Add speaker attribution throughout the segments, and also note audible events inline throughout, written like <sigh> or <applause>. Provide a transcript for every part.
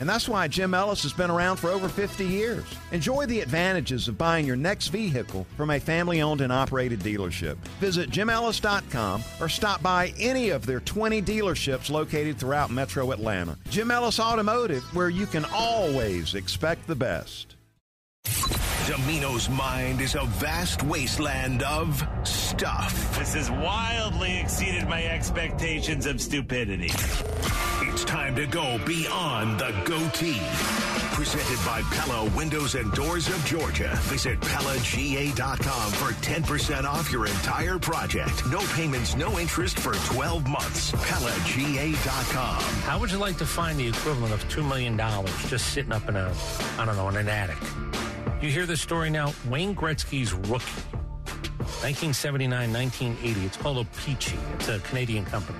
Speaker 1: And that's why Jim Ellis has been around for over 50 years. Enjoy the advantages of buying your next vehicle from a family owned and operated dealership. Visit jimellis.com or stop by any of their 20 dealerships located throughout metro Atlanta. Jim Ellis Automotive, where you can always expect the best.
Speaker 2: Domino's mind is a vast wasteland of stuff.
Speaker 3: This has wildly exceeded my expectations of stupidity.
Speaker 2: It's time to go beyond the goatee. Presented by Pella Windows and Doors of Georgia. Visit PellaGA.com for 10% off your entire project. No payments, no interest for 12 months. PellaGA.com.
Speaker 4: How would you like to find the equivalent of $2 million just sitting up in a, I don't know, in an attic? You hear this story now? Wayne Gretzky's Rookie, 1979 1980. It's called Opeachy. It's a Canadian company.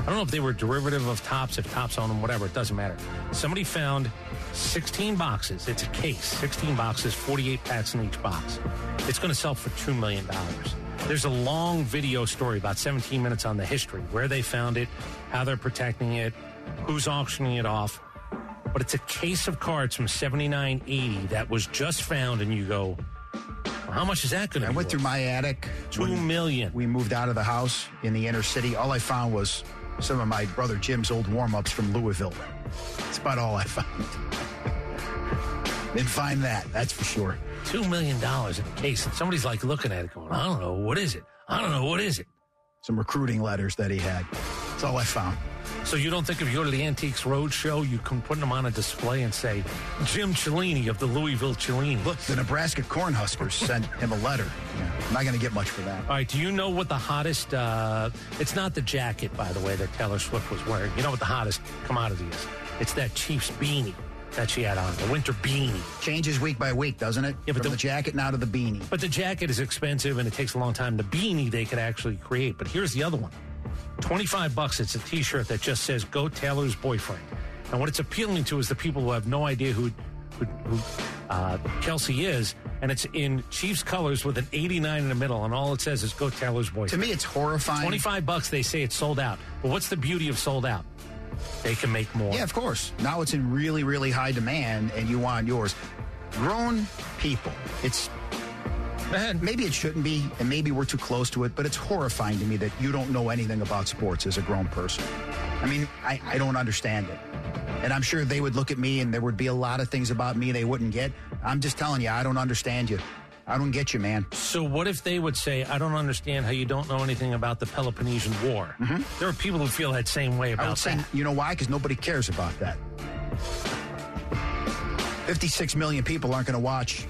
Speaker 4: I don't know if they were derivative of Tops, if Tops owned them, whatever. It doesn't matter. Somebody found 16 boxes. It's a case, 16 boxes, 48 packs in each box. It's going to sell for $2 million. There's a long video story, about 17 minutes, on the history, where they found it, how they're protecting it, who's auctioning it off but it's a case of cards from 7980 that was just found and you go "Well, how much is that going to
Speaker 5: I
Speaker 4: be
Speaker 5: went through
Speaker 4: worth?"
Speaker 5: my attic.
Speaker 4: Two
Speaker 5: when
Speaker 4: million.
Speaker 5: We moved out of the house in the inner city. All I found was some of my brother Jim's old warm ups from Louisville. That's about all I found. Didn't find that, that's for sure.
Speaker 4: two million dollars in a case and somebody's like looking at it going i don't know what is it i don't know what is it
Speaker 5: Some recruiting letters that he had. That's all I found.
Speaker 4: so you don't think if you go to the antiques roadshow you can put them on a display and say jim cellini of the louisville cellini
Speaker 5: Look, the Nebraska Cornhuskers sent him a letter. Yeah, I'm not going to get much for that.
Speaker 4: all right, do you know what the hottest? Uh, it's not the jacket, by the way, that Taylor Swift was wearing. You know what the hottest commodity is? It's that Chiefs beanie that she had on, the winter beanie.
Speaker 5: Changes week by week, doesn't it?
Speaker 4: Yeah, but
Speaker 5: From
Speaker 4: the-
Speaker 5: the, jacket now to the beanie.
Speaker 4: But the jacket is expensive and it takes a long time. The beanie they could actually create. But here's the other one. 25 bucks. It's a t-shirt that just says go Taylor's boyfriend. And what it's appealing to is the people who have no idea who, who, who uh, Kelsey is. And it's in Chiefs colors with an 89 in the middle. And all it says is go Taylor's boyfriend.
Speaker 5: To me, it's horrifying.
Speaker 4: 25 bucks. They say it's sold out. But what's the beauty of sold out? They can make more.
Speaker 5: Yeah, of course. Now it's in really, really high demand, and you want yours. Grown people. It's
Speaker 4: Go ahead.
Speaker 5: maybe it shouldn't be, and maybe we're too close to it, but it's horrifying to me that you don't know anything about sports as a grown person. I mean, I, I don't understand it. And I'm sure they would look at me and there would be a lot of things about me they wouldn't get. I'm just telling you, I don't understand you. I don't get you, man.
Speaker 4: So what if they would say, "I don't understand how you don't know anything about the Peloponnesian War"? There are people who feel that same way
Speaker 5: Mm-hmm. I
Speaker 4: about
Speaker 5: would say,
Speaker 4: that.
Speaker 5: you know why? Because nobody cares about that. 56 million people aren't going to watch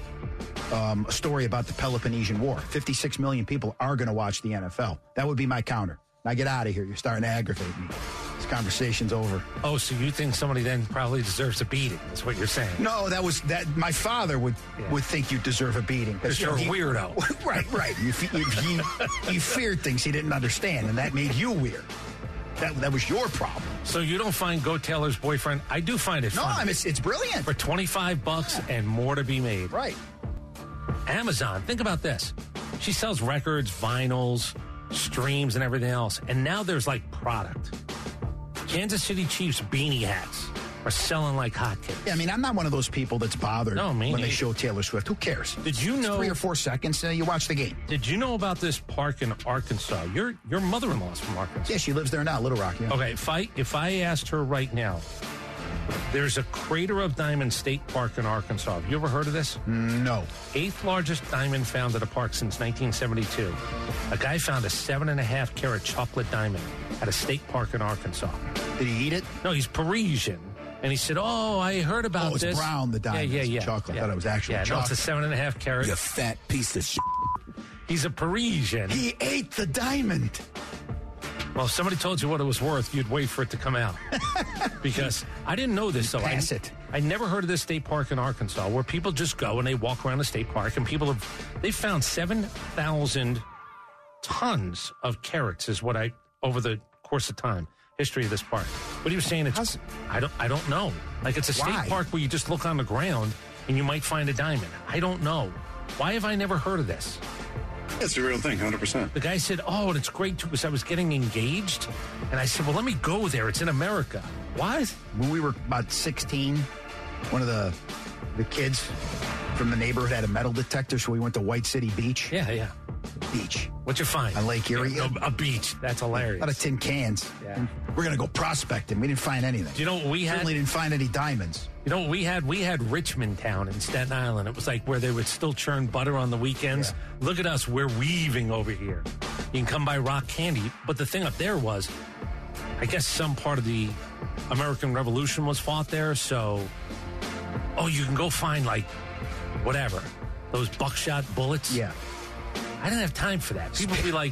Speaker 5: um, a story about the Peloponnesian War. 56 million people are going to watch the NFL. That would be my counter. Now get out of here. You're starting to aggravate me. This conversation's over.
Speaker 4: Oh, so you think somebody then probably deserves a beating? That's what you're saying.
Speaker 5: No, that was that. My father would would think you deserve a beating
Speaker 4: 'Cause
Speaker 5: you
Speaker 4: you're a
Speaker 5: know,
Speaker 4: weirdo.
Speaker 5: <laughs> right, right. You, fe- you, you, you feared things he didn't understand, and that made you weird. That that was your problem.
Speaker 4: So you don't find Go Taylor's boyfriend? I do find it
Speaker 5: No,
Speaker 4: funny.
Speaker 5: I mean, it's, it's brilliant.
Speaker 4: for 25 bucks and more to be made.
Speaker 5: Right.
Speaker 4: Amazon, think about this. She sells records, vinyls, streams, and everything else. And now there's like product. Kansas City Chiefs beanie hats are selling like hotcakes.
Speaker 5: Yeah, I mean, I'm not one of those people that's bothered
Speaker 4: No, me
Speaker 5: when they
Speaker 4: neither.
Speaker 5: show Taylor Swift. Who cares?
Speaker 4: Did you
Speaker 5: It's
Speaker 4: know-
Speaker 5: three or four seconds? Uh, you watch the game.
Speaker 4: Did you know about this park in Arkansas? Your your mother-in-law's from Arkansas.
Speaker 5: Yeah, she lives there now, Little Rock. Yeah.
Speaker 4: Okay, if I if I asked her right now, there's a crater of diamond state park in Arkansas. Have you ever heard of this?
Speaker 5: No,
Speaker 4: Eighth largest diamond found at a park since 1972. A guy found a seven and a half carat chocolate diamond at a state park in Arkansas.
Speaker 5: did he eat it?
Speaker 4: No, he's Parisian, And he said, "Oh, I heard about
Speaker 5: Oh, it's
Speaker 4: this."
Speaker 5: brown, the diamond.
Speaker 4: Yeah,
Speaker 5: It's
Speaker 4: yeah, yeah.
Speaker 5: chocolate. I
Speaker 4: Yeah.
Speaker 5: thought it was actual
Speaker 4: yeah, No, it's a
Speaker 5: chocolate.
Speaker 4: seven and a half carat.
Speaker 6: You fat piece of shit.
Speaker 4: He's a Parisian.
Speaker 5: He ate the diamond.
Speaker 4: Well, if somebody told you what it was worth, you'd wait for it to come
Speaker 5: <laughs>
Speaker 4: out. because I didn't know this, so
Speaker 5: pass
Speaker 4: I,
Speaker 5: it.
Speaker 4: I never heard of this state park in Arkansas where people just go and they walk around the state park and people have they found seven thousand tons of carrots is what I over the course of time history of this park. What are you saying? It's
Speaker 5: How's-
Speaker 4: I don't I don't know. Like it's a
Speaker 5: Why?
Speaker 4: state park where you just look on the ground and you might find a diamond. I don't know. Why have I never heard of this?
Speaker 7: It's a real thing, 100%.
Speaker 4: The guy said, "Oh, and it's great too because I was getting engaged," and I said, "Well, let me go there. It's in America. What?
Speaker 5: when we were about 16, one of the the kids from the neighborhood had a metal detector, so we went to White City Beach.
Speaker 4: Yeah, yeah.
Speaker 5: Beach.
Speaker 4: What'd you find?
Speaker 5: On Lake Erie?
Speaker 4: Yeah, a, a beach. That's
Speaker 5: A lot of
Speaker 4: hilarious.
Speaker 5: tin cans.
Speaker 4: Yeah.
Speaker 5: We're gonna go prospecting. We didn't find anything.
Speaker 4: you know what we had?
Speaker 5: Certainly
Speaker 4: You
Speaker 5: didn't find any diamonds.
Speaker 4: know what we had? We had Richmond Town in Staten Island. It was like where they would still churn butter on the weekends. Look at us. We're weaving over here. You can come by rock candy, but the thing up there was, I guess some part of the American Revolution was fought there, so oh, you can go find like whatever those buckshot bullets.
Speaker 5: Yeah.
Speaker 4: I didn't have time for that.
Speaker 5: <laughs>
Speaker 4: People be like,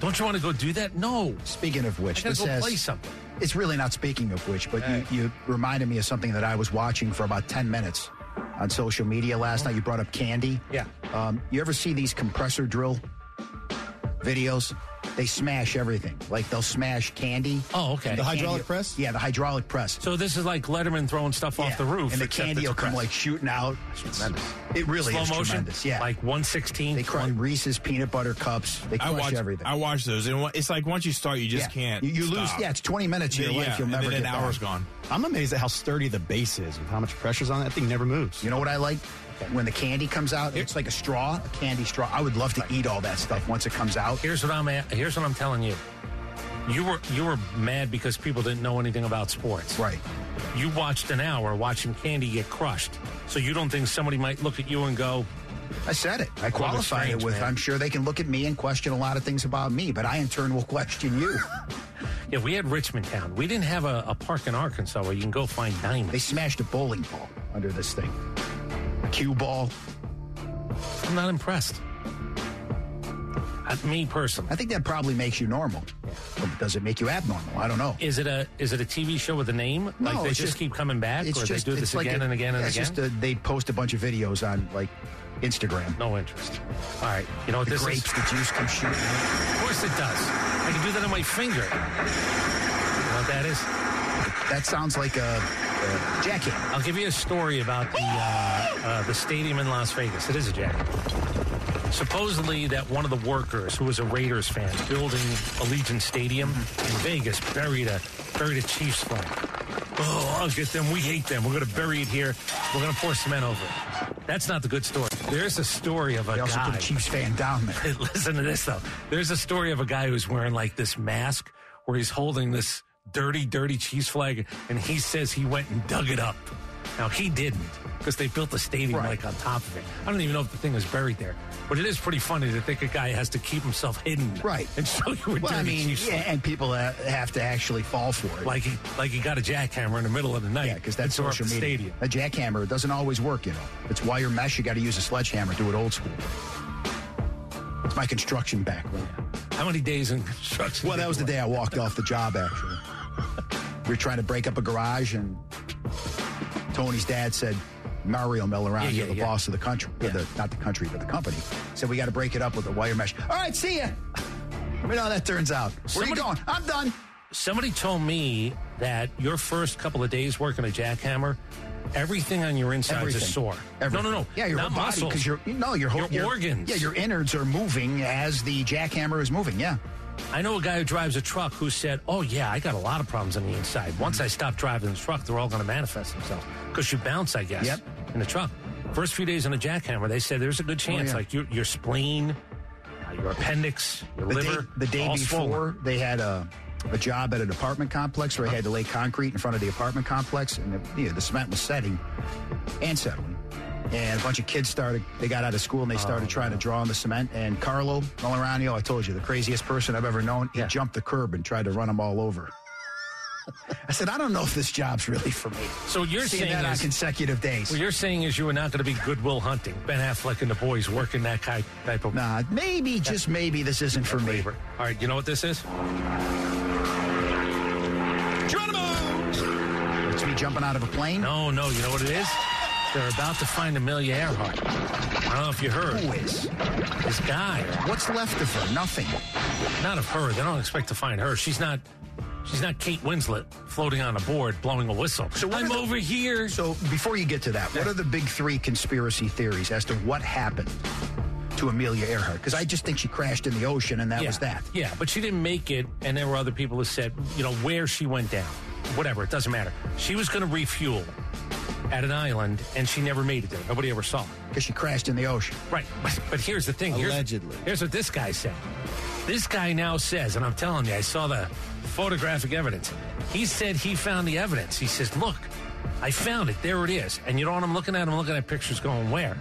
Speaker 4: "Don't you want to go do that?" No,
Speaker 5: Speaking of which,
Speaker 4: I gotta
Speaker 5: this
Speaker 4: go
Speaker 5: has
Speaker 4: play something.
Speaker 5: It's really not speaking of which, but you, you reminded me of something that I was watching for about 10 minutes on social media last night. You brought up candy.
Speaker 4: Yeah.
Speaker 5: Um, you ever see these compressor drill videos? They smash everything. Like they'll smash candy.
Speaker 4: Oh, okay.
Speaker 5: and
Speaker 4: The
Speaker 8: hydraulic
Speaker 5: candy-
Speaker 8: press?
Speaker 5: Yeah, the hydraulic press.
Speaker 4: So this is like Letterman throwing stuff
Speaker 5: Yeah.
Speaker 4: off the roof,
Speaker 5: And the
Speaker 4: except
Speaker 5: candy
Speaker 4: it's
Speaker 5: will come
Speaker 4: pressed.
Speaker 5: like shooting out. It really
Speaker 4: slow
Speaker 5: is
Speaker 4: motion,
Speaker 5: tremendous. Yeah.
Speaker 4: like one sixteen.
Speaker 5: they crush Reese's peanut butter cups. They
Speaker 9: I
Speaker 5: crush
Speaker 9: watch
Speaker 5: everything.
Speaker 9: I watch those, and it's like once you start, you just
Speaker 5: Yeah.
Speaker 9: can't.
Speaker 5: You, you lose.
Speaker 9: stop.
Speaker 5: Yeah, it's 20 minutes of your
Speaker 9: Yeah,
Speaker 5: life. You'll
Speaker 9: and
Speaker 5: never
Speaker 9: then
Speaker 5: get
Speaker 9: an hour's
Speaker 5: back.
Speaker 9: gone.
Speaker 8: I'm amazed at how sturdy the base is with how much pressure's on it. That thing never moves.
Speaker 5: You know what I like? When the candy comes out, it's like a straw, a candy straw. I would love to eat all that stuff once it comes out.
Speaker 4: Here's what I'm at, here's what I'm telling you. You were you were mad because people didn't know anything about sports.
Speaker 5: Right.
Speaker 4: You watched an hour watching candy get crushed, so you don't think somebody might look at you and go,
Speaker 5: I said it. I qualified
Speaker 4: strange,
Speaker 5: it with
Speaker 4: man.
Speaker 5: I'm sure they can look at me and question a lot of things about me, but I in turn will
Speaker 4: <laughs>
Speaker 5: question you.
Speaker 4: "Yeah, we had Richmond Town. We didn't have a, a park in Arkansas where you can go find
Speaker 5: they
Speaker 4: diamonds."
Speaker 5: smashed a bowling ball under this thing. Cue ball.
Speaker 4: I'm not impressed. Uh, me personally.
Speaker 5: I think that probably makes you normal. But does it make you abnormal? I don't know.
Speaker 4: Is it a is it a TV show with a name? like they
Speaker 5: it's
Speaker 4: just, keep coming back, or they do
Speaker 5: it's
Speaker 4: this
Speaker 5: like
Speaker 4: again
Speaker 5: a-
Speaker 4: and again and
Speaker 5: it's
Speaker 4: again?
Speaker 5: Just a, they post a bunch of videos on like Instagram.
Speaker 4: no interest. All right, you know what
Speaker 5: The
Speaker 4: this
Speaker 5: grapes,
Speaker 4: is?
Speaker 5: the juice comes shooting. out.
Speaker 4: Of course it does. I can do that on my finger. You know what that is?
Speaker 5: That sounds like a, a jackhammer.
Speaker 4: I'll give you a story about the uh, uh, the stadium in Las Vegas. It is a jacket. Supposedly, that one of the workers who was a Raiders fan building Allegiant Stadium in Vegas buried a buried a Chiefs flag. Oh, I'll get them. We hate them. We're going to bury it here. We're going to pour cement over it. That's not the good story. There's a story of a
Speaker 5: They also
Speaker 4: guy.
Speaker 5: put a Chiefs fan down there.
Speaker 4: <laughs> Listen to this though. There's a story of a guy who's wearing like this mask where he's holding this dirty, dirty cheese flag, and he says he went and dug it up. Now he didn't because they built the stadium
Speaker 5: Right.
Speaker 4: like on top of it. I don't even know if the thing was buried there, but it is pretty funny to think a guy has to keep himself hidden,
Speaker 5: Right.
Speaker 4: And show you a
Speaker 5: Well,
Speaker 4: dirty
Speaker 5: I mean,
Speaker 4: cheese
Speaker 5: yeah,
Speaker 4: flag.
Speaker 5: and people ha- have to actually fall for it.
Speaker 4: Like he, like he got a jackhammer in the middle of the night.
Speaker 5: yeah, because that's
Speaker 4: to tear up
Speaker 5: social
Speaker 4: the stadium.
Speaker 5: media. A jackhammer doesn't always work, you know. It's wire mesh. You got to use a sledgehammer. Do it old school. It's my construction background.
Speaker 4: How many days in construction?
Speaker 5: Well,
Speaker 4: did
Speaker 5: that was
Speaker 4: you
Speaker 5: the day I walked off the job, actually. We were trying to break up a garage, and Tony's dad said, Mario
Speaker 4: Yeah,
Speaker 5: Melorano,
Speaker 4: yeah,
Speaker 5: you're the
Speaker 4: yeah.
Speaker 5: boss of the country, or the, not the country, but the company, said, We got to break it up with a wire mesh. All right, see ya. Let me know how that turns out. Where
Speaker 4: Somebody-
Speaker 5: you going? I'm done.
Speaker 4: Somebody told me that your first couple of days working a jackhammer, everything on your insides is sore.
Speaker 5: Everything.
Speaker 4: No, no, no.
Speaker 5: Yeah, your
Speaker 4: Not
Speaker 5: whole body
Speaker 4: muscles.
Speaker 5: because your no, your whole
Speaker 4: Your organs.
Speaker 5: Yeah, your innards are moving as the jackhammer is moving. Yeah,
Speaker 4: I know a guy who drives a truck who said, "Oh yeah, I got a lot of problems on the inside. Once I stop driving the truck, they're all going to manifest themselves because you bounce, I guess,
Speaker 5: Yep.
Speaker 4: in the truck." First few days on a jackhammer, they said there's a good chance,
Speaker 5: Oh, yeah.
Speaker 4: like your your spleen, uh, your appendix, your
Speaker 5: the
Speaker 4: liver,
Speaker 5: day the day
Speaker 4: all
Speaker 5: before
Speaker 4: swollen.
Speaker 5: they had a a job at an apartment complex where they had to lay concrete in front of the apartment complex, and the, you know, the cement was setting and settling. And a bunch of kids started. They got out of school and they
Speaker 4: Oh.
Speaker 5: started trying to draw on the cement. And Carlo Malarano, I told you, the craziest person I've ever known, he
Speaker 4: Yeah.
Speaker 5: jumped the curb and tried to run them all over. <laughs> I said, I don't know if this job's really for me.
Speaker 4: So what you're
Speaker 5: Seeing
Speaker 4: saying
Speaker 5: that on
Speaker 4: is-
Speaker 5: consecutive days.
Speaker 4: What you're saying is you are not going to be Goodwill Hunting. Ben Affleck and the boys working that ki- type of
Speaker 5: nah, maybe, just maybe this isn't for me.
Speaker 4: labor. All right, you know what this is?
Speaker 5: It's me jumping out of a plane.
Speaker 4: No, no. You know what it is? They're about to find Amelia Earhart. I don't know if you heard.
Speaker 5: Who is?
Speaker 4: This guy,
Speaker 5: What's left of her? Nothing.
Speaker 4: not of her. They don't expect to find her. She's not. She's not Kate Winslet floating on a board blowing a whistle.
Speaker 5: So what
Speaker 4: I'm
Speaker 5: are the-
Speaker 4: over here.
Speaker 5: So before you get to that, what are the big three conspiracy theories as to what happened to Amelia Earhart? Because I just think she crashed in the ocean and that
Speaker 4: yeah.
Speaker 5: was that.
Speaker 4: Yeah, but she didn't make it, and there were other people who said, you know, where she went down. Whatever, it doesn't matter. She was going to refuel at an island, and she never made it there. Nobody ever saw her.
Speaker 5: Because she crashed in the ocean.
Speaker 4: Right, but, but here's the thing. Here's-
Speaker 8: Allegedly.
Speaker 4: Here's, what this guy said. This guy now says, and I'm telling you, I saw the photographic evidence. He said he found the evidence. He says, look, I found it. There it is. And you know what I'm looking at? I'm looking at pictures going, where?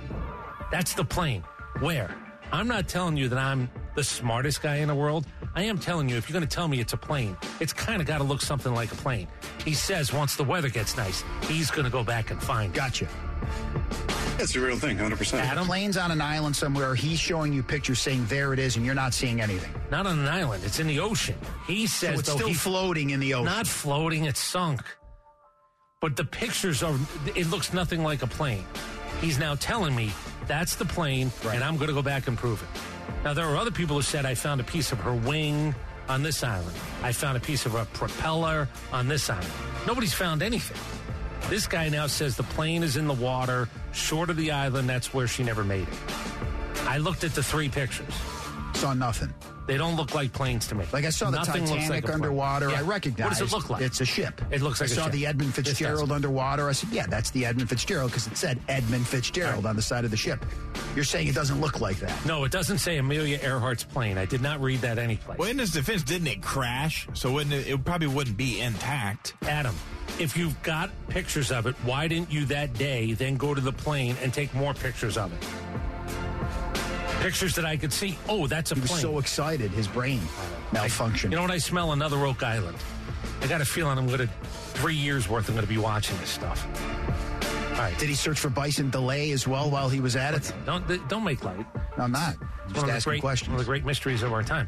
Speaker 4: That's the plane. Where? I'm not telling you that I'm the smartest guy in the world. I am telling you, if you're going to tell me it's a plane, it's kind of got to look something like a plane. He says once the weather gets nice, he's going to go back and find it.
Speaker 5: Gotcha.
Speaker 7: It's the real thing, 100%.
Speaker 5: Adam Lane's on an island somewhere. He's showing you pictures saying there it is, and you're not seeing anything.
Speaker 4: Not on an island. It's in the ocean. He
Speaker 5: So
Speaker 4: says
Speaker 5: it's
Speaker 4: though
Speaker 5: still
Speaker 4: he-
Speaker 5: floating in the ocean.
Speaker 4: not floating. It's sunk. But the pictures are. It looks nothing like a plane. He's now telling me that's the plane, and I'm going to go back and prove it. Now there are other people who said I found a piece of her wing on this island. I found a piece of a propeller on this island. Nobody's found anything. This guy now says the plane is in the water, short of the island. That's where she never made it. I looked at the three pictures.
Speaker 5: Saw nothing.
Speaker 4: They don't look like planes to me.
Speaker 5: Like I saw the
Speaker 4: Nothing looks
Speaker 5: Titanic
Speaker 4: like a plane.
Speaker 5: underwater.
Speaker 4: Yeah.
Speaker 5: I recognize.
Speaker 4: What does it look like?
Speaker 5: It's a ship.
Speaker 4: It looks like
Speaker 5: I
Speaker 4: a
Speaker 5: saw
Speaker 4: ship.
Speaker 5: the Edmund
Speaker 4: This
Speaker 5: Fitzgerald
Speaker 4: doesn't.
Speaker 5: underwater. I said, yeah, that's the Edmund Fitzgerald because it said Edmund Fitzgerald on the side of the ship. You're saying it doesn't look like that.
Speaker 4: No, it doesn't say Amelia Earhart's plane. I did not read that anyplace.
Speaker 9: Well, in his defense, didn't it crash? So wouldn't it, it probably wouldn't be intact.
Speaker 4: Adam, if you've got pictures of it, why didn't you that day then go to the plane and take more pictures of it? Pictures that I could see. Oh, that's a
Speaker 5: He was
Speaker 4: plane.
Speaker 5: so excited, his brain
Speaker 10: Uh,
Speaker 5: malfunctioned.
Speaker 4: you know what? I smell another Oak Island. I got a feeling I'm going to three years worth. I'm going to be watching this stuff. All right,
Speaker 5: Did he search for bison delay as well while he was at it?
Speaker 4: don't th- don't make light.
Speaker 5: No, I'm not. I'm
Speaker 4: It's one
Speaker 5: just
Speaker 4: of the great-
Speaker 5: asking
Speaker 4: One of
Speaker 5: questions.
Speaker 4: the great mysteries of our time.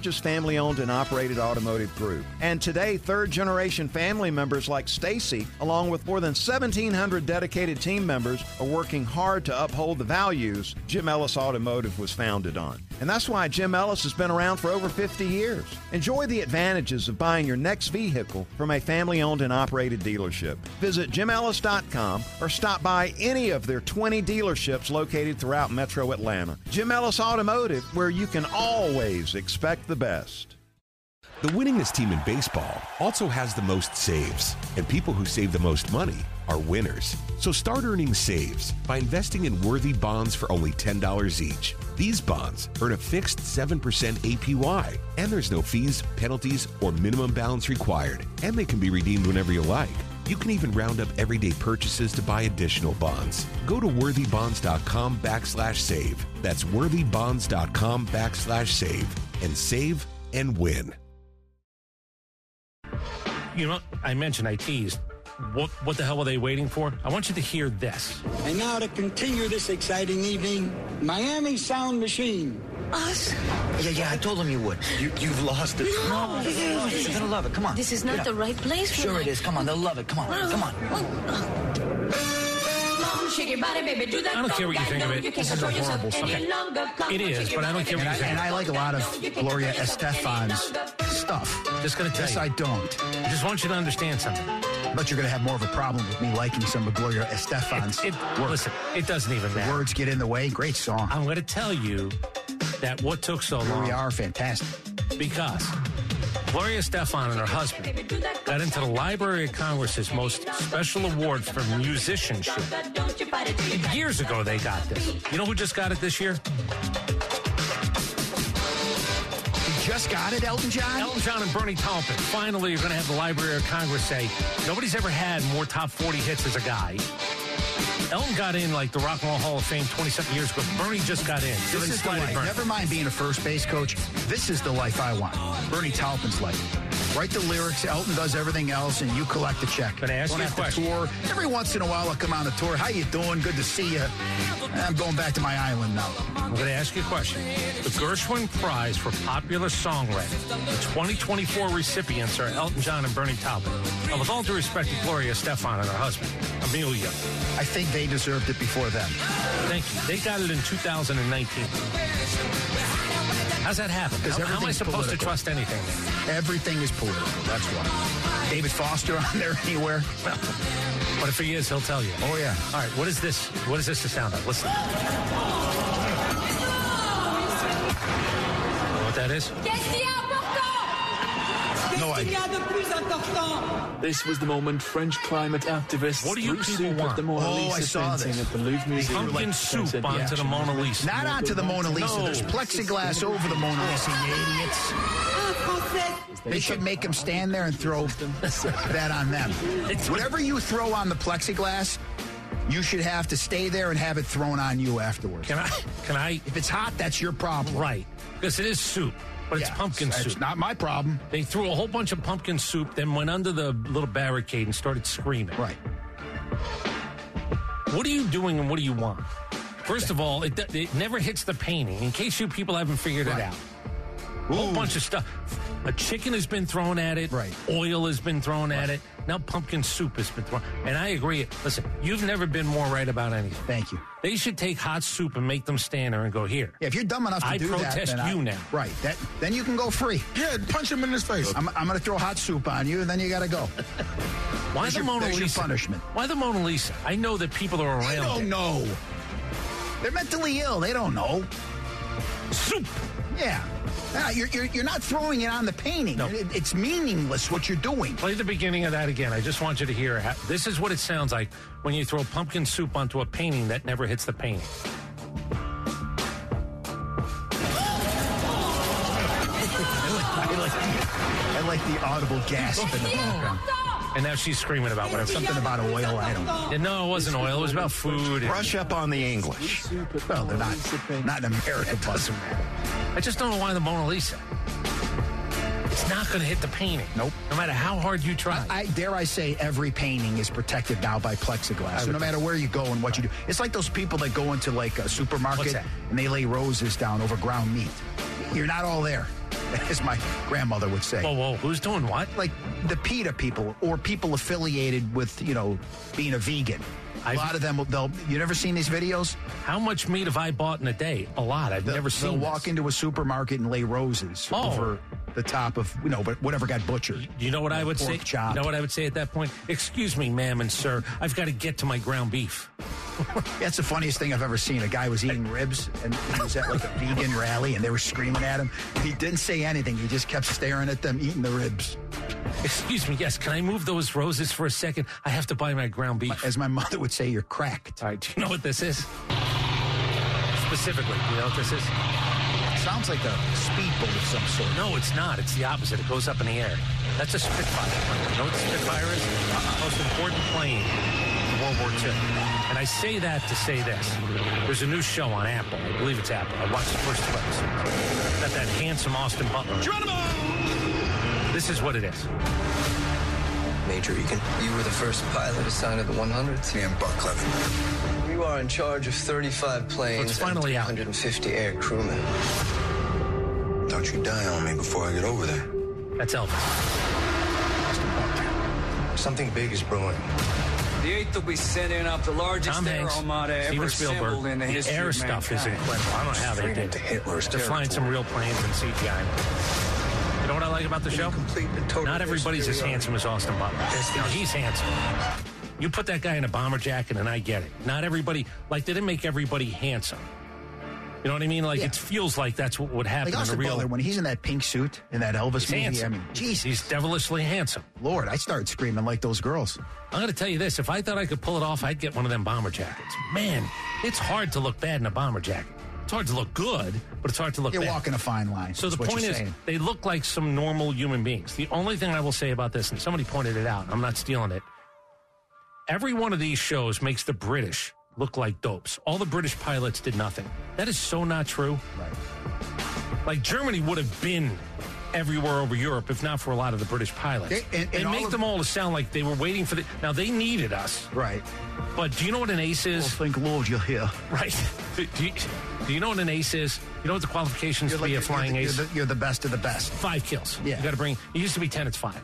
Speaker 1: family owned and operated automotive group. And today, third generation family members like Stacy, along with more than 1,700 dedicated team members, are working hard to uphold the values Jim Ellis Automotive was founded on. And that's why Jim Ellis has been around for over 50 years. Enjoy the advantages of buying your next vehicle from a family owned and operated dealership. Visit jimellis.com or stop by any of their 20 dealerships located throughout metro Atlanta. Jim Ellis Automotive, where you can always expect the best.
Speaker 6: The winningest team in baseball also has the most saves, and people who save the most money are winners. So start earning saves by investing in worthy bonds for only $10 each. These bonds earn a fixed 7% APY, and there's no fees, penalties, or minimum balance required, and they can be redeemed whenever you like. You can even round up everyday purchases to buy additional bonds. Go to worthybonds.com backslash save. That's worthybonds.com backslash save and save and win.
Speaker 4: You know, I mentioned I teased. What what the hell were they waiting for? I want you to hear this.
Speaker 10: And now to continue this exciting evening, Miami Sound Machine.
Speaker 11: Us?
Speaker 10: Yeah, yeah, I told him you would. You, you've lost it.
Speaker 11: No.
Speaker 10: They're gonna love it. Come on.
Speaker 11: This is not
Speaker 10: Get
Speaker 11: the
Speaker 10: up.
Speaker 11: right place for
Speaker 10: Sure
Speaker 11: my-
Speaker 10: it is. Come on, they'll love it. Come on, come on.
Speaker 11: Mom, shake your body, baby, do that
Speaker 4: I don't care what you
Speaker 11: conga.
Speaker 4: think of
Speaker 11: No,
Speaker 4: it.
Speaker 11: you can't
Speaker 4: This is a
Speaker 11: control yourself
Speaker 4: horrible
Speaker 11: any
Speaker 4: song.
Speaker 11: longer. Come
Speaker 4: It
Speaker 11: on,
Speaker 4: is,
Speaker 11: shake your
Speaker 4: but I
Speaker 11: body,
Speaker 4: don't
Speaker 11: baby,
Speaker 4: care what you
Speaker 5: And I,
Speaker 11: do that
Speaker 5: and I like a lot of
Speaker 11: conga. No, you can't
Speaker 5: Gloria
Speaker 11: control yourself any
Speaker 5: Estefan's
Speaker 11: longer.
Speaker 5: stuff.
Speaker 4: Just gonna tell
Speaker 5: Yes,
Speaker 4: you.
Speaker 5: I don't.
Speaker 4: I just want you to understand something.
Speaker 5: But you're going to have more of a problem with me liking some of Gloria Estefan's
Speaker 4: It,
Speaker 5: work.
Speaker 4: listen, it doesn't even matter.
Speaker 5: Words get in the way. Great song.
Speaker 4: I'm going to tell you that what took so
Speaker 5: Here
Speaker 4: long
Speaker 5: we are. Fantastic.
Speaker 4: because Gloria Stefan and her husband got into the Library of Congress's most special award for musicianship. Years ago, they got this. You know who just got it this year?
Speaker 5: Just got it, Elton John?
Speaker 4: Elton John and Bernie Taupin. Finally, you're going to have the Library of Congress say, nobody's ever had more top 40 hits as a guy. Elton got in like the Rock and Roll Hall of Fame 27 years ago. Bernie just got in.
Speaker 5: This is the life. Never mind being a first base coach. This is the life I want. Bernie Taupin's life. Write the lyrics. Elton does everything else, and you collect the check. But I
Speaker 4: ask you a question?
Speaker 5: Tour. Every once in a while, I come on a tour. How you doing? Good to see you. I'm going back to my island now.
Speaker 4: I'm going to ask you a question. The Gershwin Prize for Popular Songwriting. The 2024 recipients are Elton John and Bernie Taupin. And with all due respect to Gloria Stefan and her husband, Amelia.
Speaker 5: I think they deserved it before them.
Speaker 4: Thank you. They got it in 2019. How's that happen?
Speaker 5: Because
Speaker 4: How, how am I
Speaker 5: everything's
Speaker 4: supposed to
Speaker 5: political.
Speaker 4: trust anything?
Speaker 5: Everything is political. That's why. David Foster <laughs> on there anywhere?
Speaker 4: But if he is, he'll tell you.
Speaker 5: Oh, yeah.
Speaker 4: All right, what is this? What is this the sound of? Listen. Know what that is?
Speaker 5: No idea.
Speaker 12: This was the moment French climate activists
Speaker 4: What do you
Speaker 12: threw
Speaker 4: people
Speaker 12: soup
Speaker 4: want?
Speaker 12: at the Mona
Speaker 5: Oh,
Speaker 12: Lisa
Speaker 5: I saw
Speaker 12: painting
Speaker 5: this.
Speaker 12: at the Louvre Museum.
Speaker 4: Pumpkin
Speaker 12: Like,
Speaker 4: soup
Speaker 12: said the
Speaker 4: onto the
Speaker 12: action
Speaker 4: Mona
Speaker 12: movement.
Speaker 4: Lisa.
Speaker 5: Not onto the Mona Lisa.
Speaker 4: No. Oh.
Speaker 5: There's plexiglass over the Mona Lisa, you idiots. They should make them stand there and throw that on them. Whatever you throw on the plexiglass, you should have to stay there and have it thrown on you afterwards.
Speaker 4: Can I? Can I?
Speaker 5: If it's hot, that's your problem.
Speaker 4: Right. Because it is soup, but it's
Speaker 5: Yeah,
Speaker 4: pumpkin
Speaker 5: it's-
Speaker 4: soup.
Speaker 5: It's not my problem.
Speaker 4: They threw a whole bunch of pumpkin soup, then went under the little barricade and started screaming.
Speaker 5: Right.
Speaker 4: What are you doing and what do you want? First of all, it, it never hits the painting, in case you people haven't figured
Speaker 5: Right.
Speaker 4: it out. A whole bunch of stuff. A chicken has been thrown at it.
Speaker 5: Right.
Speaker 4: Oil has been thrown at it. Now pumpkin soup has been thrown. And I agree. Listen, you've never been more right about anything.
Speaker 5: Thank you.
Speaker 4: They should take hot soup and make them stand there and go, here.
Speaker 5: Yeah, if you're dumb enough to
Speaker 4: I
Speaker 5: do that,
Speaker 4: protest
Speaker 5: then I-
Speaker 4: you now.
Speaker 5: Right. That then you can go free.
Speaker 9: Yeah, punch him in his face.
Speaker 5: I'm, I'm going to throw hot soup on you, and then you got to go.
Speaker 4: Why
Speaker 5: There's
Speaker 4: the
Speaker 5: your-
Speaker 4: Mona
Speaker 5: there's your
Speaker 4: Lisa?
Speaker 5: punishment.
Speaker 4: Why the Mona Lisa? I know that people are
Speaker 5: They
Speaker 4: around.
Speaker 5: don't
Speaker 4: it.
Speaker 5: know. They're mentally ill. They don't know.
Speaker 4: Soup.
Speaker 5: Yeah. Nah, you're, you're, you're not throwing it on the painting.
Speaker 4: No.
Speaker 5: It- it's meaningless what you're doing.
Speaker 4: Play the beginning of that again. I just want you to hear. How, this is what it sounds like when you throw pumpkin soup onto a painting that never hits the painting.
Speaker 5: <laughs> I like, I like the audible gasp in the background.
Speaker 4: And now she's screaming about whatever.
Speaker 5: Something about oil, I don't know.
Speaker 4: Yeah, no, it wasn't oil. It was about food. And
Speaker 1: Brush up on the English.
Speaker 12: Soup at the
Speaker 5: Well, they're
Speaker 12: Mona
Speaker 5: not,
Speaker 12: Lisa painting.
Speaker 5: not in America, plus.
Speaker 4: I just don't know why the Mona Lisa. It's not going to hit the painting.
Speaker 5: Nope.
Speaker 4: No matter how hard you try.
Speaker 5: I, dare I say, every painting is protected now by plexiglass. So no matter where you go and what you do, it's like those people that go into like a
Speaker 4: What's
Speaker 5: supermarket
Speaker 4: that?
Speaker 5: and they lay roses down over ground meat. You're not all there, <laughs> as my grandmother would say.
Speaker 4: whoa, whoa. Who's doing what?
Speaker 5: like the PETA people or people affiliated with, you know, being a vegan. A
Speaker 4: I've-
Speaker 5: lot of them, will- they'll, you never seen these videos?
Speaker 4: How much meat have I bought in a day? A lot. I've
Speaker 5: They'll-
Speaker 4: never seen.
Speaker 5: They'll walk
Speaker 4: this.
Speaker 5: into a supermarket and lay roses
Speaker 4: Oh.
Speaker 5: over the top of, you know, but whatever got butchered.
Speaker 4: You know what I would
Speaker 5: pork
Speaker 4: say?
Speaker 5: chop.
Speaker 4: You know what I would say at that point? Excuse me, ma'am and sir. I've got to get to my ground beef.
Speaker 5: That's the funniest thing I've ever seen. A guy was eating ribs and he was at like a vegan rally and they were screaming at him. He didn't say anything. He just kept staring at them eating the ribs.
Speaker 4: Excuse me, yes, can I move those roses for a second? I have to buy my ground beef.
Speaker 5: As my mother would say, you're cracked.
Speaker 4: All right, do you know what this is? Specifically, you know what this is?
Speaker 5: Sounds like a speedboat of some sort.
Speaker 4: No, it's not. It's the opposite. It goes up in the air. That's a Spitfire plane. You know what the Spitfire is? The most important plane in World War II. And I say that to say this. There's a new show on Apple. I believe it's Apple. I watched the first two episodes. Got that handsome Austin Butler. Geronimo! This is what it is.
Speaker 13: Major Egan, you were the first pilot assigned to the 100th.
Speaker 14: Ian Buckleven.
Speaker 13: You are in charge of 35 planes
Speaker 4: finally
Speaker 13: and
Speaker 4: out.
Speaker 13: 150 air crewmen.
Speaker 14: Don't you die on me before I get over there.
Speaker 4: That's Elvis.
Speaker 13: Something big is brewing.
Speaker 15: The eighth will be sent in off the largest
Speaker 4: Tom
Speaker 15: air
Speaker 4: Hanks,
Speaker 15: armada ever
Speaker 4: Steven
Speaker 15: assembled
Speaker 4: Spielberg.
Speaker 15: in the
Speaker 4: The,
Speaker 15: history
Speaker 4: air
Speaker 15: of
Speaker 4: stuff is
Speaker 15: mankind.
Speaker 4: incredible. I don't know how they
Speaker 14: Straight
Speaker 4: did.
Speaker 14: into Hitler's
Speaker 4: They're flying some real planes and CGI. You know what I like about the show?
Speaker 14: Complete and total
Speaker 4: Not everybody's as
Speaker 14: hysteria.
Speaker 4: handsome as Austin Butler. Now he's handsome. You put that guy in a bomber jacket, and I get it. Not everybody like they didn't make everybody handsome. You know what I mean? Like
Speaker 5: Yeah.
Speaker 4: it feels like that's what would happen
Speaker 5: Like
Speaker 4: in a
Speaker 5: Austin
Speaker 4: real.
Speaker 5: Butler, when he's in that pink suit in that Elvis
Speaker 4: He's
Speaker 5: movie, I
Speaker 4: handsome.
Speaker 5: mean, Jesus.
Speaker 4: He's devilishly handsome.
Speaker 5: Lord, I started screaming like those girls.
Speaker 4: I'm going to tell you this: if I thought I could pull it off, I'd get one of them bomber jackets. Man, it's hard to look bad in a bomber jacket. It's hard to look good, but it's hard to look.
Speaker 5: You're
Speaker 4: bad.
Speaker 5: walking a fine line.
Speaker 4: So
Speaker 5: is
Speaker 4: the
Speaker 5: what
Speaker 4: point
Speaker 5: you're
Speaker 4: is,
Speaker 5: saying.
Speaker 4: they look like some normal human beings. The only thing I will say about this, and somebody pointed it out, I'm not stealing it. Every one of these shows makes the British look like dopes. All the British pilots did nothing. That is so not true. Right. Like Germany would have been everywhere over Europe if not for a lot of the British pilots.
Speaker 5: They- and-
Speaker 4: they
Speaker 5: and all
Speaker 4: make
Speaker 5: of-
Speaker 4: them all to sound like they were waiting for the. Now they needed us,
Speaker 5: right?
Speaker 4: But do you know what an ace is?
Speaker 5: thank Lord you're here.
Speaker 4: <laughs> Right. Do, do you, do you know what an ace is? You know what the qualifications to be a flying
Speaker 5: you're
Speaker 4: ace?
Speaker 5: the, you're the best of the best.
Speaker 4: five kills.
Speaker 5: Yeah.
Speaker 4: You got to bring. It used to be ten. It's five.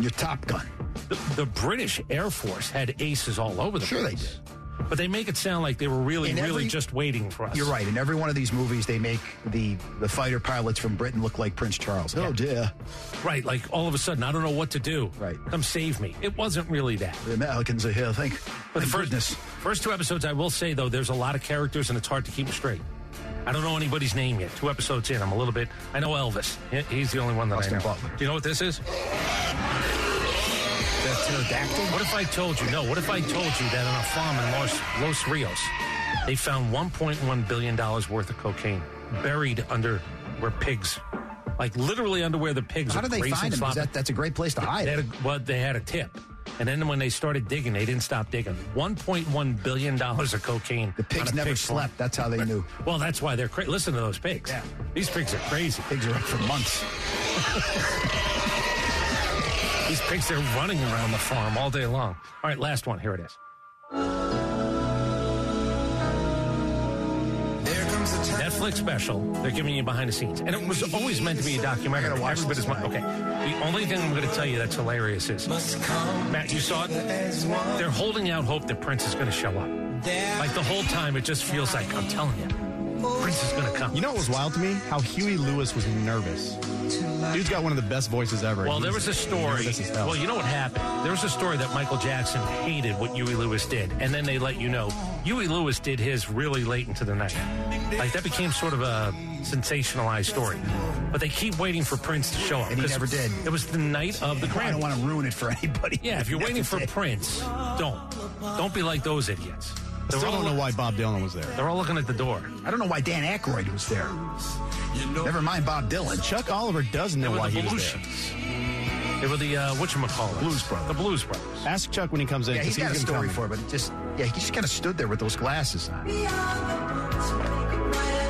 Speaker 5: Your Top Gun.
Speaker 4: The, the British Air Force had aces all over the
Speaker 5: Sure they
Speaker 4: place. did. But they make it sound like they were really,
Speaker 5: In
Speaker 4: really
Speaker 5: every-
Speaker 4: just waiting for us.
Speaker 5: You're right. In every one of these movies, they make the, the fighter pilots from Britain look like Prince Charles. Oh, dear.
Speaker 4: Right. Like all of a sudden, I don't know what to do. Right. Come save me. It wasn't really that.
Speaker 5: The Americans are here. Thank,
Speaker 4: But the
Speaker 5: thank
Speaker 4: first,
Speaker 5: goodness.
Speaker 4: first two episodes, I will say though, there's a lot of characters and it's hard to keep them straight. I don't know anybody's name yet. Two episodes in, I'm a little bit. I know Elvis. He- He's the only one that
Speaker 5: Austin
Speaker 4: I know.
Speaker 5: Butler.
Speaker 4: Do you know what this is? What if I told you? No. What if I told you that on a farm in Los, Los Rios, they found 1.1 billion dollars worth of cocaine buried under where pigs, like literally under where the pigs.
Speaker 5: How
Speaker 4: are
Speaker 5: do they
Speaker 4: grazing,
Speaker 5: find him? Is
Speaker 4: slopping-
Speaker 5: That, that's a great place to hide.
Speaker 4: they had a, well, they had a tip. And then when they started digging, they didn't stop digging. $1.1 billion of cocaine. The
Speaker 5: Pigs never slept. That's how they knew.
Speaker 4: Well, that's why they're crazy. Listen to those pigs. Yeah. These pigs are crazy.
Speaker 5: Pigs are up for months.
Speaker 4: These pigs are running around the farm all day long. All right, last one. Here it is. Netflix special. They're giving you behind the scenes, and it was always meant to be a documentary. I gotta watch Everybody's mind. Okay. The only thing I'm going to tell you that's hilarious is Matt. You saw it. They're holding out hope that Prince is going to show up. Like the whole time, it just feels like I'm telling you, Prince is going to come.
Speaker 8: You know what was wild to me? How Huey Lewis was nervous. Dude's got one of the best voices ever.
Speaker 4: Well, there
Speaker 8: He's
Speaker 4: was a story.
Speaker 8: nervous as hell.
Speaker 4: Well, you know what happened? There was a story that Michael Jackson hated what Huey Lewis did, and then they let you know Huey Lewis did his really late into the night. Like that became sort of a sensationalized story. But they keep waiting for Prince to show up.
Speaker 5: And he
Speaker 4: 'cause
Speaker 5: never did.
Speaker 4: It was the night of the Grammys.
Speaker 5: I don't want to ruin it for <laughs> anybody.
Speaker 4: Yeah, if you're waiting for Prince, don't. Don't be like those idiots.
Speaker 8: I still don't know why Bob Dylan was there.
Speaker 4: They're all looking at the door.
Speaker 5: I don't know why Dan Aykroyd was there. Never mind Bob Dylan.
Speaker 8: Chuck Oliver does know
Speaker 4: They were
Speaker 8: why
Speaker 4: the
Speaker 8: he was there.
Speaker 4: Belushis. They were the uh, whatchamacallit. Blues Brothers. The Blues Brothers.
Speaker 8: Ask Chuck when he comes in.
Speaker 5: Yeah, he's
Speaker 8: 'cause
Speaker 5: got a
Speaker 8: gonna
Speaker 5: story
Speaker 8: come
Speaker 5: for it, but it just yeah, he just kind of stood there with those glasses on.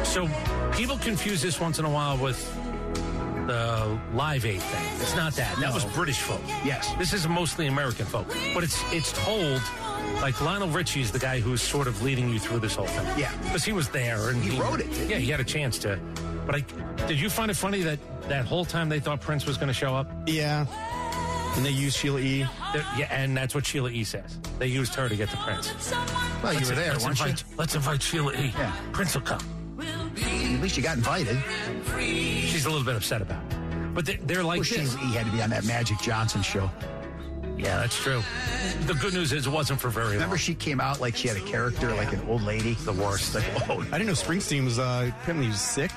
Speaker 4: So people confuse this once in a while with the Live Aid thing. It's not that. That was British folk.
Speaker 5: Yes.
Speaker 4: This is mostly American folk. But it's it's told like Lionel Richie is the guy who's sort of leading you through this whole thing.
Speaker 5: Yeah.
Speaker 4: Because he was there and
Speaker 5: He wrote it, didn't
Speaker 4: yeah, he had a chance to. But I, did you find it funny that that whole time they thought Prince was going to show up?
Speaker 8: in. Yeah. And they use Sheila E.
Speaker 4: There- yeah, and that's what Sheila E says. They used her to get the Prince.
Speaker 5: Well, you
Speaker 4: Let's-
Speaker 5: were there,
Speaker 4: let's
Speaker 5: weren't you?
Speaker 4: invite, Let's invite Sheila E.
Speaker 5: Yeah.
Speaker 4: Prince will come.
Speaker 5: At least you got invited.
Speaker 4: She's a little bit upset about it. But they, they're like
Speaker 5: Well, she
Speaker 4: this.
Speaker 5: he had to be on that Magic Johnson show.
Speaker 4: Yeah, that's true. The good news is it wasn't for very
Speaker 5: Remember,
Speaker 4: long.
Speaker 5: she came out like she had a character, like an old lady. The worst. Like, <laughs> oh,
Speaker 8: I didn't know Springsteen was uh, apparently he was sick.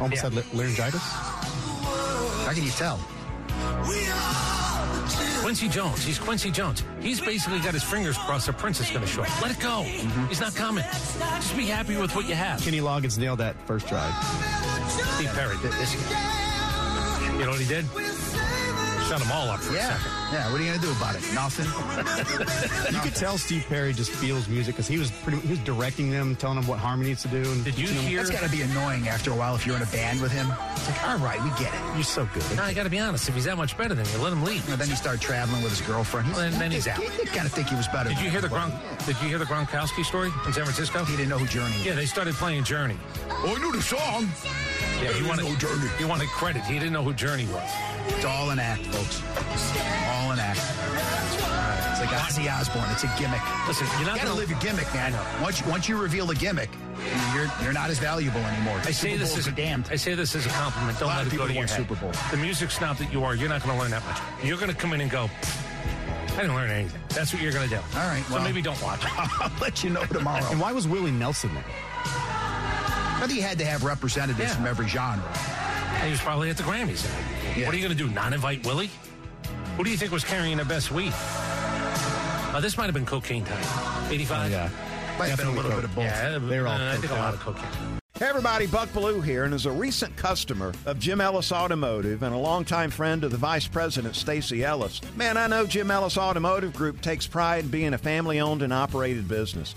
Speaker 8: Almost
Speaker 4: Yeah.
Speaker 8: had la- laryngitis.
Speaker 5: how can you tell?
Speaker 4: Quincy Jones. He's Quincy Jones. He's basically got his fingers crossed that Prince is going to show up. Let it go. He's not coming. Just be happy with what you have.
Speaker 8: Kenny Loggins nailed that first try.
Speaker 4: Steve Perry.
Speaker 5: Th- this-
Speaker 4: You know what he did? Shut them all up for a
Speaker 5: yeah,
Speaker 4: second.
Speaker 5: yeah. What are you gonna do about it? Nothing.
Speaker 8: You could tell Steve Perry just feels music because he was pretty, he was directing them, telling them what harmonies to do. And
Speaker 4: Did you
Speaker 8: teaching them-
Speaker 4: hear?
Speaker 5: That's gotta be annoying after a while if you're in a band with him. It's like, all right, we get it.
Speaker 8: You're so good.
Speaker 4: No, I got to be honest. If he's that much better than you, let him leave.
Speaker 5: You know, then he started traveling with his girlfriend. He's,
Speaker 4: Well, and then he's out.
Speaker 5: You kind of think he was better.
Speaker 4: Did
Speaker 5: than
Speaker 4: you hear the
Speaker 5: her, but
Speaker 4: Gron- Did you hear the Gronkowski story in San Francisco?
Speaker 5: He didn't know who Journey. was.
Speaker 4: Yeah, they started playing Journey.
Speaker 5: Oh, I knew the song.
Speaker 4: Yeah, he wanted
Speaker 5: know Journey.
Speaker 4: He wanted credit. He didn't know who Journey was.
Speaker 5: It's all an act, folks. All an act. It's like Ozzy Osbourne. It's a gimmick.
Speaker 4: Listen, you're not
Speaker 5: you gotta
Speaker 4: gonna-
Speaker 5: live your gimmick, man. Once you, once you reveal the gimmick, you're you're not as valuable anymore.
Speaker 4: I say this as
Speaker 5: a damned.
Speaker 4: I
Speaker 5: <laughs>
Speaker 4: say this as a compliment. Don't
Speaker 5: A lot
Speaker 4: let
Speaker 5: of
Speaker 4: it go
Speaker 5: people
Speaker 4: to your
Speaker 5: want
Speaker 4: head.
Speaker 5: Super Bowl.
Speaker 4: The music snob that you are, you're not going to learn that much. You're going to come in and go. I didn't learn anything. That's what you're going to do.
Speaker 5: All right,
Speaker 4: So
Speaker 5: well-
Speaker 4: maybe don't watch. it. <laughs>
Speaker 5: I'll let you know tomorrow.
Speaker 8: And why was Willie Nelson there?
Speaker 5: I think you had to have representatives
Speaker 4: Yeah.
Speaker 5: from every genre.
Speaker 4: <laughs> He was probably at the Grammys. What are you going to do? Not invite Willie? Who do you think was carrying the best weed? Uh, this might have been cocaine time.
Speaker 5: Oh,
Speaker 4: 85? yeah.
Speaker 5: Might have been a little
Speaker 1: bit of both.
Speaker 4: Yeah,
Speaker 1: They were all
Speaker 4: uh, I think
Speaker 1: coked
Speaker 4: a lot
Speaker 1: out.
Speaker 4: of cocaine.
Speaker 1: Hey everybody, Buck Baloo here, and as a recent customer of Jim Ellis Automotive and a longtime friend of the Vice President Stacy Ellis, man, I know Jim Ellis Automotive Group takes pride in being a family-owned and operated business.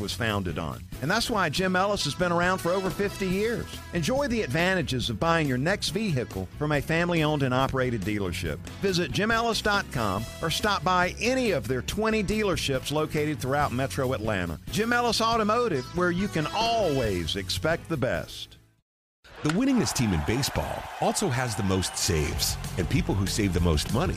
Speaker 1: was founded on. And that's why Jim Ellis has been around for over 50 years. Enjoy the advantages of buying your next vehicle from a family owned and operated dealership. Visit jimellis.com or stop by any of their 20 dealerships located throughout metro Atlanta. Jim Ellis Automotive, where you can always expect the best.
Speaker 6: The winningest team in baseball also has the most saves, and people who save the most money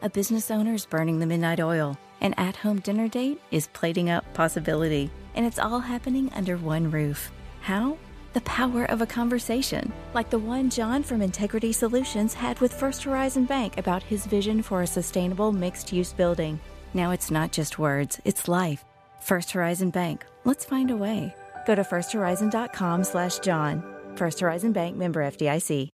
Speaker 16: A business owner is burning the midnight oil. An at home dinner date is plating up possibility. And it's all happening under one roof. How? The power of a conversation, like the one John from Integrity Solutions had with First Horizon Bank about his vision for a sustainable mixed use building. Now it's not just words, it's life. First Horizon Bank. Let's find a way. Go to firsthorizon.com slash John. First Horizon Bank member FDIC.